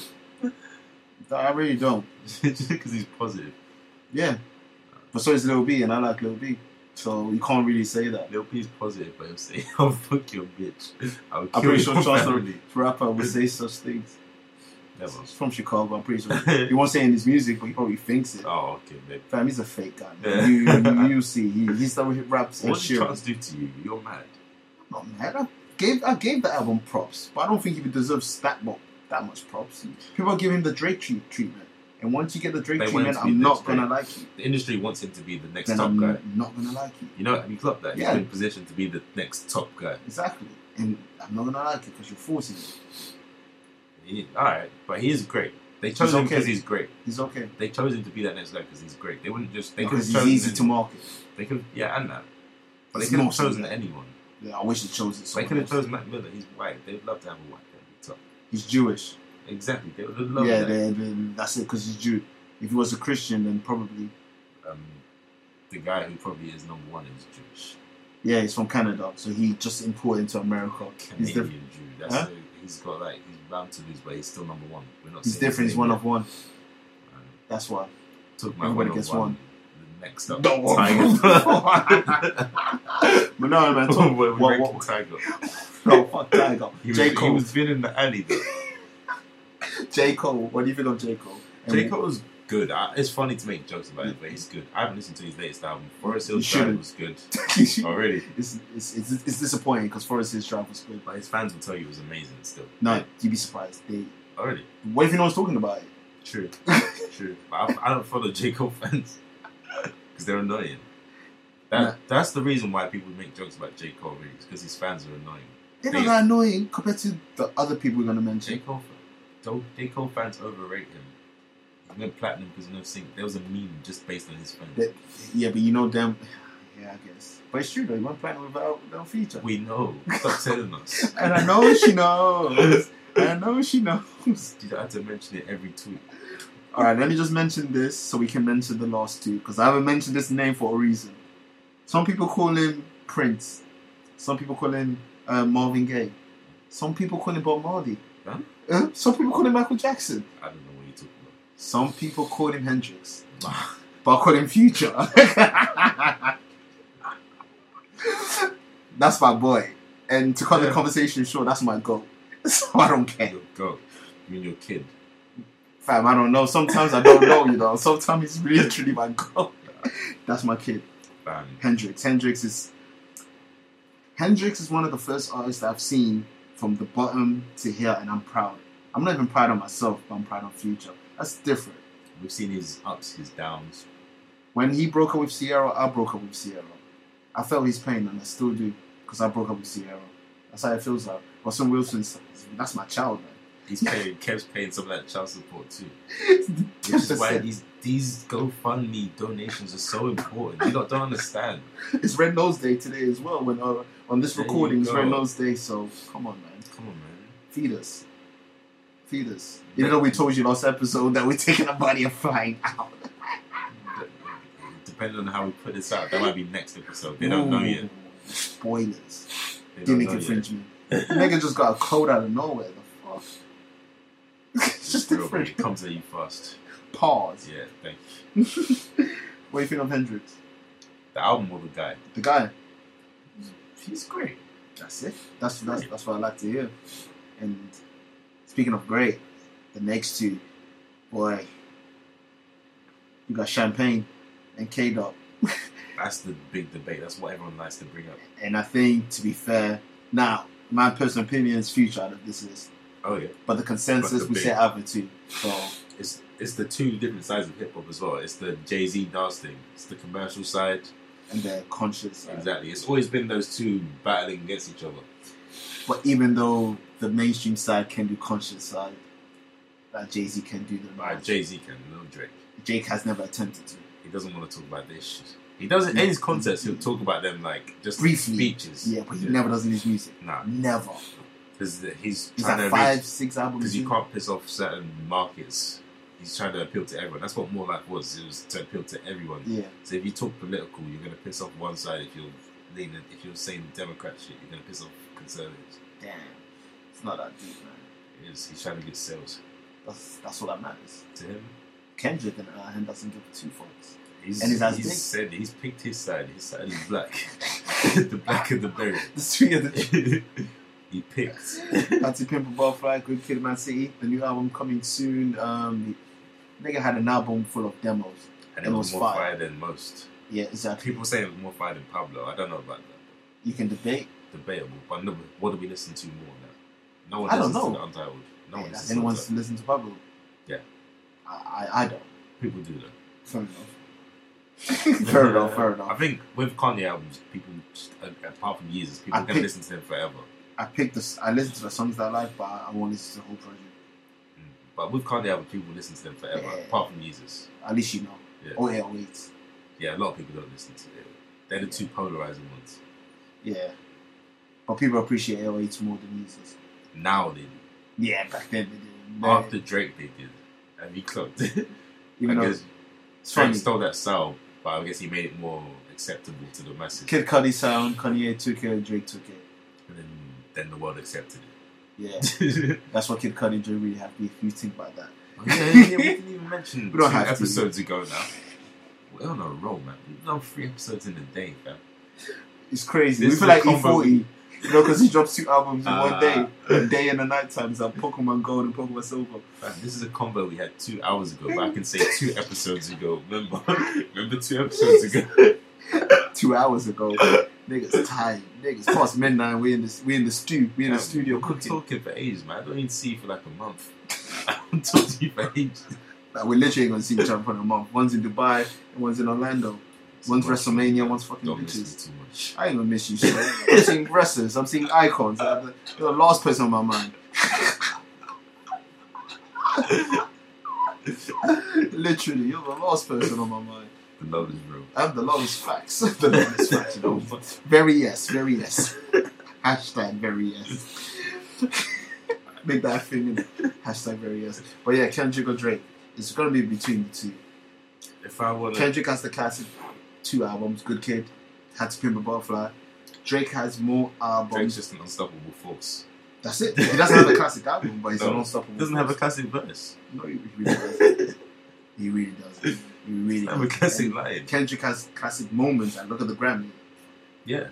Speaker 2: I really don't.
Speaker 1: just because he's positive.
Speaker 2: Yeah. But so is Lil B, and I like Lil B. So you can't really say that.
Speaker 1: Lil P's positive, but he'll say, "I'll fuck your bitch. I'll kill
Speaker 2: I'm pretty
Speaker 1: your
Speaker 2: sure Chance the
Speaker 1: family."
Speaker 2: Rapper would say such things. He's from Chicago. I'm pretty sure
Speaker 1: Never.
Speaker 2: he won't say in his music, but he probably thinks it.
Speaker 1: oh, okay, maybe.
Speaker 2: Fam, he's a fake guy.
Speaker 1: Yeah.
Speaker 2: Man. You, you, you see, he, he's the one who raps and
Speaker 1: What did
Speaker 2: shit.
Speaker 1: Chance do to you? You're mad.
Speaker 2: Not mad. I gave I gave the album props, but I don't think he deserves that much that much props. People give him the Drake treat, treatment, and once you get the Drake
Speaker 1: They want
Speaker 2: treatment,
Speaker 1: him to be
Speaker 2: I'm
Speaker 1: the
Speaker 2: not
Speaker 1: next
Speaker 2: gonna
Speaker 1: Drake.
Speaker 2: like you.
Speaker 1: The industry wants him to be the next
Speaker 2: Then
Speaker 1: top
Speaker 2: I'm
Speaker 1: guy.
Speaker 2: not gonna like you.
Speaker 1: You know, have you clocked that?
Speaker 2: Yeah.
Speaker 1: He's been positioned to be the next top guy.
Speaker 2: Exactly, and I'm not gonna like you because you're forcing me.
Speaker 1: He, all right, but he is great. They chose
Speaker 2: He's
Speaker 1: him
Speaker 2: okay.
Speaker 1: because he's great.
Speaker 2: He's okay
Speaker 1: They chose him to be that next guy because he's great. They wouldn't just. They could
Speaker 2: because
Speaker 1: have
Speaker 2: he's
Speaker 1: chosen.
Speaker 2: easy to market.
Speaker 1: They could. Yeah, and that. But they
Speaker 2: It's
Speaker 1: could have
Speaker 2: mostly
Speaker 1: chosen
Speaker 2: that.
Speaker 1: anyone.
Speaker 2: Yeah, I wish he chose it.
Speaker 1: they could have chosen Mac Miller. He's white. They'd love to have a white guy at the top.
Speaker 2: He's Jewish.
Speaker 1: Exactly. They would have loved
Speaker 2: yeah,
Speaker 1: that.
Speaker 2: they, they, that's it because he's Jew. If he was a Christian, then probably
Speaker 1: um, the guy who probably is number one is Jewish.
Speaker 2: Yeah, he's from Canada, so he just imported into America. He's,
Speaker 1: Canadian
Speaker 2: diff-
Speaker 1: Jew. That's
Speaker 2: Huh?
Speaker 1: a- he's got like he's bound to lose, but he's still number one. We're not.
Speaker 2: he's
Speaker 1: saying
Speaker 2: different. He's
Speaker 1: name
Speaker 2: one
Speaker 1: yet.
Speaker 2: of one.
Speaker 1: Um,
Speaker 2: That's why.
Speaker 1: took my
Speaker 2: Everybody
Speaker 1: one
Speaker 2: gets
Speaker 1: on
Speaker 2: one.
Speaker 1: one. The next up,
Speaker 2: No one.
Speaker 1: Tiger.
Speaker 2: But no, man. Talk,
Speaker 1: We're
Speaker 2: what,
Speaker 1: ranking
Speaker 2: what,
Speaker 1: Tiger.
Speaker 2: no, fuck Tiger.
Speaker 1: He was,
Speaker 2: J
Speaker 1: he
Speaker 2: Cole.
Speaker 1: was been in the alley though.
Speaker 2: J Cole. What do you think of J Cole? And
Speaker 1: J Cole's good. I, it's funny to make jokes about it, but he's good. I haven't listened to his latest album. Forest
Speaker 2: You
Speaker 1: Hill Drive
Speaker 2: shouldn't.
Speaker 1: was good
Speaker 2: it's,
Speaker 1: already,
Speaker 2: it's, it's, it's disappointing because Forest Hills Drive was good.
Speaker 1: but his fans will tell you it was amazing still.
Speaker 2: No, you'd be surprised. They,
Speaker 1: already.
Speaker 2: what if you know what's talking about it?
Speaker 1: True, true. But I, I don't follow J Cole fans because they're annoying. That
Speaker 2: Nah.
Speaker 1: that's the reason why people make jokes about J Cole really, because his fans are annoying.
Speaker 2: They're not that annoying compared to the other people we're gonna mention.
Speaker 1: J Cole, fan- J Cole fans overrate him. He went platinum because he no sing. There was a meme just based on his fans.
Speaker 2: That- yeah, but you know them. Yeah, I guess. But it's true though. You went platinum without without feature.
Speaker 1: We know. Stop telling us.
Speaker 2: And I know she knows. and I know she knows.
Speaker 1: You had to mention it every tweet.
Speaker 2: All right, let me just mention this so we can mention the last two because I haven't mentioned this name for a reason. Some people call him Prince. Some people call him uh, Marvin Gaye. Some people call him Bob Marley.
Speaker 1: Huh?
Speaker 2: Uh, some people call him Michael Jackson.
Speaker 1: I don't know what you're talking
Speaker 2: Some people call him Hendrix.
Speaker 1: about.
Speaker 2: but I call him Future. that's my boy. And to cut the
Speaker 1: Yeah.
Speaker 2: conversation short, that's my goal. So I don't care.
Speaker 1: your girl. You mean your kid.
Speaker 2: Fam, I don't know. Sometimes I don't know, you know. Sometimes it's really truly my goal. That's my kid.
Speaker 1: Bam.
Speaker 2: Hendrix. Hendrix is Hendrix is one of the first artists that I've seen from the bottom to here and I'm proud. I'm not even proud of myself, but I'm proud of Future. That's different.
Speaker 1: We've seen his ups, his downs.
Speaker 2: When he broke up with Sierra, I broke up with Sierra. I felt his pain, and I still do, because I broke up with Sierra. That's how it feels like. Russell Wilson's, that's my child, man.
Speaker 1: He's paying, kept paying some of that child support too. Which is why
Speaker 2: 10%.
Speaker 1: these these GoFundMe donations are so important. You lot don't understand.
Speaker 2: It's Red Nose Day today as well. When uh, on this
Speaker 1: There you
Speaker 2: recording, it's
Speaker 1: go.
Speaker 2: Red Nose Day, so come on, man,
Speaker 1: Come on, man.
Speaker 2: feed us, feed us. Even though we told you last episode that we're taking the money and flying out.
Speaker 1: Depending on how we put this out, that might be next episode. They don't know
Speaker 2: Ooh,
Speaker 1: yet.
Speaker 2: Spoilers.
Speaker 1: They don't
Speaker 2: Gimmick
Speaker 1: know yet.
Speaker 2: infringement. The nigga just got a code out of nowhere. The fuck. it's
Speaker 1: It's
Speaker 2: just
Speaker 1: real, but
Speaker 2: different.
Speaker 1: It comes at you fast.
Speaker 2: Pause.
Speaker 1: Yeah, thank you.
Speaker 2: What do you think of Hendrix?
Speaker 1: The album of the guy.
Speaker 2: The guy.
Speaker 1: He's great.
Speaker 2: That's it. That's that's that's what I like to hear. And speaking of great, the next two, boy, you got Champagne and K Dot.
Speaker 1: That's the big debate. That's what everyone likes to bring up.
Speaker 2: And I think to be fair, now my personal opinion is future out of this list.
Speaker 1: Oh yeah.
Speaker 2: But the consensus
Speaker 1: But the
Speaker 2: we
Speaker 1: big-
Speaker 2: say other two. So
Speaker 1: it's it's the two different sides of hip hop as well. It's the Jay Z Nas thing. It's the commercial side.
Speaker 2: and they're conscious.
Speaker 1: Exactly. It's always been those two battling against each other.
Speaker 2: But even though the mainstream side can do conscious side, that Jay Z can do the
Speaker 1: Like Jay Z can, no Drake.
Speaker 2: Jake has never attempted to.
Speaker 1: He doesn't want to talk about this shit. He doesn't in his concerts. He'll talk about them like just
Speaker 2: Briefly.
Speaker 1: speeches.
Speaker 2: Yeah, but he never does in his music.
Speaker 1: Nah,
Speaker 2: Never.
Speaker 1: because he's
Speaker 2: He's
Speaker 1: trying
Speaker 2: like
Speaker 1: to
Speaker 2: five,
Speaker 1: reach
Speaker 2: six albums.
Speaker 1: because you
Speaker 2: in.
Speaker 1: can't piss off certain markets. He's trying to appeal to everyone. That's what More Life was. It was to appeal to everyone.
Speaker 2: Yeah,
Speaker 1: So if you talk political, you're gonna piss off one side. If you're leaning, if you're saying Democrat shit, you're gonna piss off conservatives.
Speaker 2: damn. It's not that deep, man.
Speaker 1: is he's trying to get sales
Speaker 2: That's that's all that matters.
Speaker 1: to him.
Speaker 2: Kendrick and uh, him doesn't give two fucks.
Speaker 1: He's,
Speaker 2: And he's as big.
Speaker 1: said he's picked his side. His side is black, the black and the berry.
Speaker 2: The three of the
Speaker 1: he picked.
Speaker 2: Anti Pimple Butterfly, Good Kid, Man City. The new album coming soon. Um, nigga had an album full of demos.
Speaker 1: And
Speaker 2: It
Speaker 1: it was
Speaker 2: was
Speaker 1: more
Speaker 2: fire.
Speaker 1: fire than most.
Speaker 2: Yeah, exactly.
Speaker 1: People say it was more fire than Pablo. I don't know about that.
Speaker 2: You can debate.
Speaker 1: Debatable. But no, what do we listen to more now? No one
Speaker 2: I don't
Speaker 1: listens
Speaker 2: know.
Speaker 1: to the Untitled. No
Speaker 2: No
Speaker 1: one listens to
Speaker 2: anyone's
Speaker 1: Untitled.
Speaker 2: listened to Pablo.
Speaker 1: Yeah.
Speaker 2: I I, I don't.
Speaker 1: People do that.
Speaker 2: Fair enough. fair enough. Fair
Speaker 1: I
Speaker 2: enough.
Speaker 1: think with Kanye albums, people, just- uh, apart from Yeezus, people
Speaker 2: I
Speaker 1: are going to
Speaker 2: pick-
Speaker 1: listen to them forever.
Speaker 2: I picked this. I listened to the songs that I like, but I, I won't listen to the whole project.
Speaker 1: Mm. But with Kanye albums, people listen to them forever,
Speaker 2: Yeah.
Speaker 1: apart from Yeezus.
Speaker 2: At least you know.
Speaker 1: Yeah.
Speaker 2: Oh yeah, wait.
Speaker 1: Yeah, a lot of people don't listen to it. They're the two polarizing ones.
Speaker 2: Yeah. But people appreciate LH more than Jesus.
Speaker 1: Now they do.
Speaker 2: Yeah, back then they didn't.
Speaker 1: After Drake, they did. And he clocked.
Speaker 2: even
Speaker 1: I
Speaker 2: though
Speaker 1: guess
Speaker 2: it's funny.
Speaker 1: Drake stole that sound, but I guess he made it more acceptable to the masses.
Speaker 2: Kid Cudi sound, Kanye took it, Drake took it.
Speaker 1: And then, then the world accepted
Speaker 2: Yeah.
Speaker 1: it.
Speaker 2: That's what Kid Cudi and Drake really have beef. You think about that.
Speaker 1: Oh, yeah, yeah, yeah, we didn't even mention
Speaker 2: We don't
Speaker 1: two
Speaker 2: have to.
Speaker 1: episodes ago now. We're on a roll, man. We've done three episodes in a day, fam.
Speaker 2: It's crazy.
Speaker 1: This
Speaker 2: we
Speaker 1: is
Speaker 2: feel
Speaker 1: the
Speaker 2: like E
Speaker 1: combo.
Speaker 2: forty. You know, because he dropped two albums in one day,
Speaker 1: Ah.
Speaker 2: a day and a night time. It's like Pokemon Gold and Pokemon Silver.
Speaker 1: Man, this is a combo we had two hours ago, but I can say two episodes ago. Remember, remember two episodes ago.
Speaker 2: Two hours ago, niggas tired. Niggas past midnight. We in this. We in the stew. We in the
Speaker 1: Yeah,
Speaker 2: studio
Speaker 1: We're
Speaker 2: cooking.
Speaker 1: talking for ages, man. I don't even see you for like a month. I haven't talked to you for ages.
Speaker 2: Like, we're literally gonna see each other for a month. One's in Dubai and one's in Orlando. One's WrestleMania. One's fucking
Speaker 1: Don't
Speaker 2: bitches.
Speaker 1: miss me too much.
Speaker 2: I ain't gonna miss you. Shit. I'm seeing wrestlers. I'm seeing icons. Like, the- You're the last person on my mind. Literally, you're the last person on my mind.
Speaker 1: The love is real.
Speaker 2: I'm the lowest facts. the lowest facts. you know. Very yes, very yes. Hashtag very yes. Make that a thing. innit? Hashtag very yes. But yeah, Kendrick or Drake. It's gonna be between the two.
Speaker 1: If I want to,
Speaker 2: Kendrick has the classic two albums, Good Kid, Had to Pimp a Butterfly. Drake has more
Speaker 1: Drake's
Speaker 2: albums.
Speaker 1: just an unstoppable force.
Speaker 2: That's it. He doesn't have a classic album, but he's
Speaker 1: No,
Speaker 2: an unstoppable.
Speaker 1: He doesn't have a
Speaker 2: force.
Speaker 1: classic verse.
Speaker 2: No, he really does. he really does. He really
Speaker 1: He doesn't have a
Speaker 2: does.
Speaker 1: classic
Speaker 2: And
Speaker 1: line.
Speaker 2: Kendrick has classic moments. And look at the Grammy.
Speaker 1: Yeah,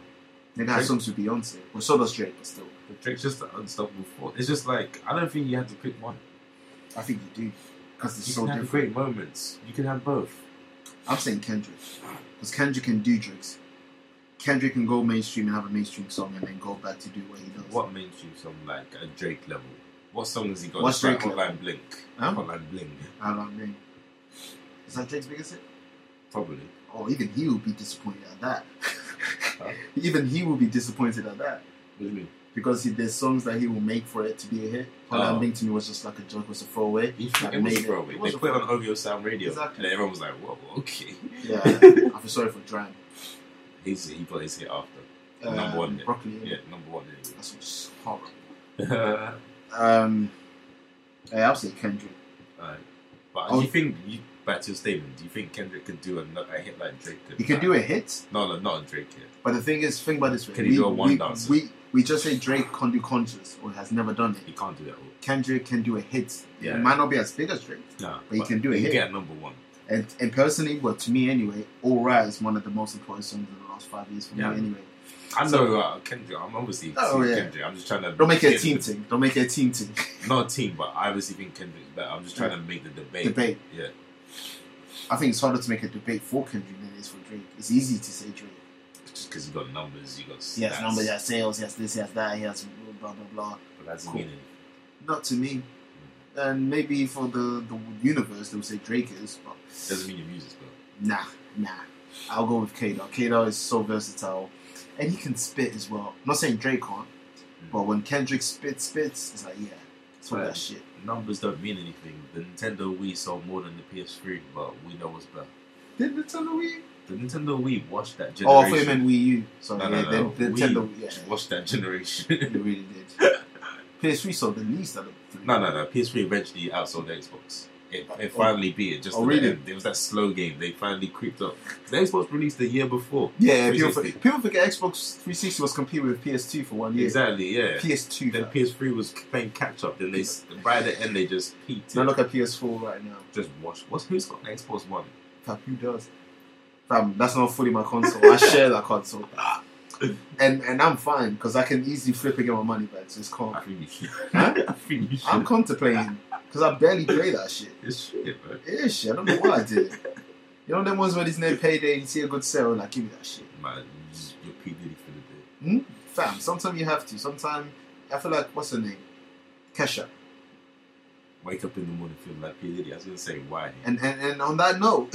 Speaker 2: Nigga has songs with Beyonce. Well, so does Drake, but still.
Speaker 1: but Drake's just an unstoppable force. It's just like I don't think you have to pick one.
Speaker 2: I think you do. Because it's
Speaker 1: You
Speaker 2: so
Speaker 1: can have
Speaker 2: different.
Speaker 1: great moments. You can have both.
Speaker 2: I'm saying Kendrick. Because Kendrick can do Drake's. Kendrick can go mainstream and have a mainstream song and then go back to do what he does.
Speaker 1: What mainstream song like a Drake level? What song has he got?
Speaker 2: What's
Speaker 1: Like
Speaker 2: Drake
Speaker 1: Hotline Blink.
Speaker 2: Huh?
Speaker 1: Hotline Blink.
Speaker 2: I don't know. Is that Drake's biggest hit?
Speaker 1: Probably.
Speaker 2: Oh, even he will be disappointed at that.
Speaker 1: Huh?
Speaker 2: even he will be disappointed at that.
Speaker 1: What do you mean?
Speaker 2: because he, there's songs that he will make for it to be a hit. But
Speaker 1: Oh.
Speaker 2: oh. Thing to me was just like a joke, was a throwaway.
Speaker 1: He
Speaker 2: Like,
Speaker 1: fucking
Speaker 2: made
Speaker 1: was
Speaker 2: it.
Speaker 1: throwaway.
Speaker 2: It
Speaker 1: They
Speaker 2: was a
Speaker 1: put it on
Speaker 2: throwaway.
Speaker 1: OVO Sound Radio,
Speaker 2: Exactly.
Speaker 1: and everyone was like, "Whoa, okay."
Speaker 2: Yeah, I feel sorry for Dram.
Speaker 1: He's he got his hit after.
Speaker 2: Um,
Speaker 1: Number one hit.
Speaker 2: Broccoli.
Speaker 1: Yeah, number one
Speaker 2: That song was horrible.
Speaker 1: anyway.
Speaker 2: Um, yeah, I'll say Kendrick.
Speaker 1: Alright. But
Speaker 2: Oh.
Speaker 1: do you think you, back to your statement? Do you think Kendrick could do a, a hit like Drake did?
Speaker 2: He can do a hit,
Speaker 1: No, no, not a Drake hit.
Speaker 2: but the thing is, think about this way.
Speaker 1: Can he do a one dancer?
Speaker 2: We, we just say Drake can't do conscious or has never done
Speaker 1: He
Speaker 2: it.
Speaker 1: can't do that. All.
Speaker 2: Kendrick can do a hit.
Speaker 1: Yeah.
Speaker 2: It might not be as big as Drake,
Speaker 1: No,
Speaker 2: but he can do a
Speaker 1: he
Speaker 2: hit.
Speaker 1: can get a number one.
Speaker 2: And, and personally, well, to me anyway, All Right is one of the most important songs of the last five years for
Speaker 1: Yeah.
Speaker 2: me anyway.
Speaker 1: I know uh, Kendrick. I'm obviously
Speaker 2: Oh,
Speaker 1: team
Speaker 2: yeah.
Speaker 1: Kendrick. I'm just trying to
Speaker 2: Don't make it a
Speaker 1: get
Speaker 2: team
Speaker 1: the-
Speaker 2: thing. Don't make it a team thing.
Speaker 1: Not a team, but I obviously think Kendrick's better. I'm just trying to make the debate.
Speaker 2: Debate.
Speaker 1: Yeah.
Speaker 2: I think it's harder to make a debate for Kendrick than it is for Drake. It's easy to say Drake.
Speaker 1: Just because you got numbers, you got stats.
Speaker 2: He has numbers, he has sales, he has this, he has that, he has blah blah blah.
Speaker 1: But that's
Speaker 2: Cool.
Speaker 1: meaning.
Speaker 2: Not to me. And maybe for the, the universe, they'll say Drake is, but
Speaker 1: Doesn't mean your music's good.
Speaker 2: nah, nah. I'll go with Kato. Kato is so versatile, and he can spit as well. I'm not saying Drake can't, but when Kendrick spits, spits, it's like yeah, it's all
Speaker 1: Right.
Speaker 2: that shit.
Speaker 1: Numbers don't mean anything. The Nintendo Wii sold more than the PS3, but we know what's better.
Speaker 2: Did Nintendo Wii?
Speaker 1: The Nintendo Wii washed that generation.
Speaker 2: Oh, I thought you meant Wii U. Sorry,
Speaker 1: No, no,
Speaker 2: yeah,
Speaker 1: no.
Speaker 2: then- then Nintendo.
Speaker 1: Wii
Speaker 2: Yeah,
Speaker 1: washed that generation.
Speaker 2: it really did. PS3 sold the least out of the three.
Speaker 1: no, no, no. PS3 eventually outsold Xbox. It, it finally beat it. Just
Speaker 2: Oh,
Speaker 1: at the
Speaker 2: really?
Speaker 1: end. It was that slow game. They finally creeped up. The Xbox released the year before.
Speaker 2: Yeah, people,
Speaker 1: 360.
Speaker 2: people forget Xbox 360 was competing with PS2 for one year.
Speaker 1: Exactly. Yeah.
Speaker 2: PS2.
Speaker 1: Then
Speaker 2: fam.
Speaker 1: PS3 was playing catch up. Then they s- by the end they just peaked.
Speaker 2: now look at PS4 right now.
Speaker 1: just watch. What's who's got an Xbox One?
Speaker 2: Fam, who does? Fam, that's not fully my console. I share that console. And and I'm fine because I can easily flip and get my money back. So it's calm.
Speaker 1: I think you should.
Speaker 2: Huh?
Speaker 1: I think you should.
Speaker 2: I'm contemplating because I barely play that shit.
Speaker 1: it's shit, man.
Speaker 2: It is Eh, shit. I don't know why I did it. You know them ones where there's no payday and you see a good sale and like give me that shit.
Speaker 1: Man, you just, you're P Diddy for the day.
Speaker 2: Fam, sometimes you have to. Sometimes I feel like what's her name, Kesha.
Speaker 1: Wake up in the morning feeling like P Diddy. I was gonna say why.
Speaker 2: And and, and on that note,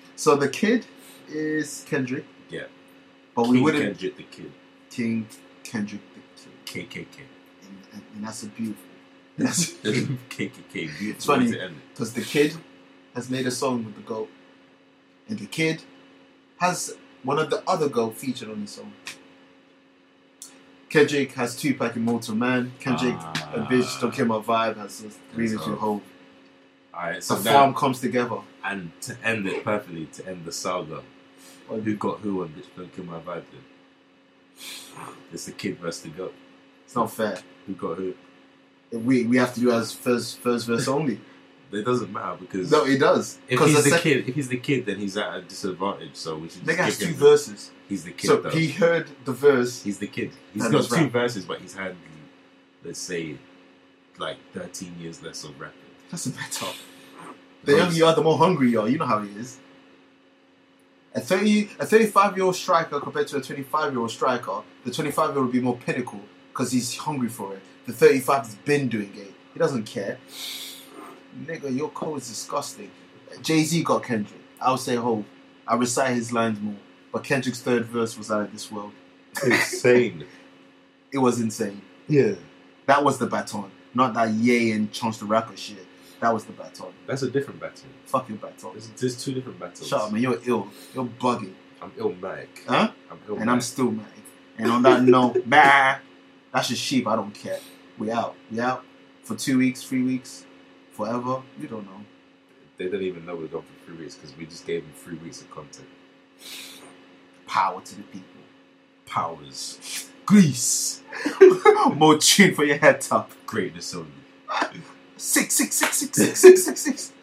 Speaker 2: so the kid is Kendrick.
Speaker 1: Yeah.
Speaker 2: But we
Speaker 1: King
Speaker 2: wouldn't
Speaker 1: Kendrick the Kid,
Speaker 2: King Kendrick the kid,
Speaker 1: KKK,
Speaker 2: and, and, and that's a beautiful. That's
Speaker 1: KKK. Beautiful
Speaker 2: It's funny.
Speaker 1: way to end it.
Speaker 2: because the kid has made a song with the goat, and the kid has one of the other goat featured on the song. Kendrick has Tupac and Mortal Man. Kendrick, a bitch, don't care my vibe, has this
Speaker 1: Ah.
Speaker 2: reason
Speaker 1: That's
Speaker 2: to
Speaker 1: all.
Speaker 2: hold.
Speaker 1: All right, so
Speaker 2: The
Speaker 1: now
Speaker 2: farm comes together.
Speaker 1: and to end it perfectly, to end the saga, who got who and bitch don't kill my vibe. Then it's the kid versus the goat.
Speaker 2: It's not fair.
Speaker 1: Who got who?
Speaker 2: We we have to do as first first verse only.
Speaker 1: It doesn't matter because
Speaker 2: No, it does.
Speaker 1: if
Speaker 2: Because
Speaker 1: he's the
Speaker 2: the second,
Speaker 1: kid, if he's the kid, then he's at a disadvantage. So we should
Speaker 2: nigga
Speaker 1: just
Speaker 2: has
Speaker 1: give
Speaker 2: two
Speaker 1: him.
Speaker 2: verses.
Speaker 1: he's the kid.
Speaker 2: So
Speaker 1: though.
Speaker 2: he heard the verse.
Speaker 1: He's the kid. He's
Speaker 2: And
Speaker 1: got
Speaker 2: he's
Speaker 1: two
Speaker 2: rapping.
Speaker 1: verses, but he's had, let's say, like 13 years less of rapping.
Speaker 2: Doesn't matter. The younger you are, the more hungry you are. You know how it is. A thirty, a thirty-five-year-old striker compared to a twenty-five-year-old striker, the twenty-five-year-old will be more pinnacle because he's hungry for it. The thirty-five has been doing it. He doesn't care. Nigga, your code is disgusting. Jay Z got Kendrick. I would say Hope. I recite his lines more, but Kendrick's third verse was out of this world.
Speaker 1: insane.
Speaker 2: It was insane.
Speaker 1: Yeah.
Speaker 2: That was the baton, not that Ye and Chance the Rapper shit. That was the baton.
Speaker 1: That's a different battle.
Speaker 2: Fuck your baton.
Speaker 1: There's, there's two different battles.
Speaker 2: Shut up, man. You're ill. You're bugging.
Speaker 1: I'm illmatic.
Speaker 2: Huh?
Speaker 1: I'm illmatic.
Speaker 2: And I'm still mad. And on that note, bah, that's your sheep. I don't care. We out. We out for two weeks, three weeks, forever. You don't know.
Speaker 1: they don't even know we're gone for three weeks because we just gave them three weeks of content.
Speaker 2: Power to the people.
Speaker 1: Powers,
Speaker 2: Greece. More tune for your head top.
Speaker 1: greatness only.
Speaker 2: Six, six, six, six, six, six, six, six.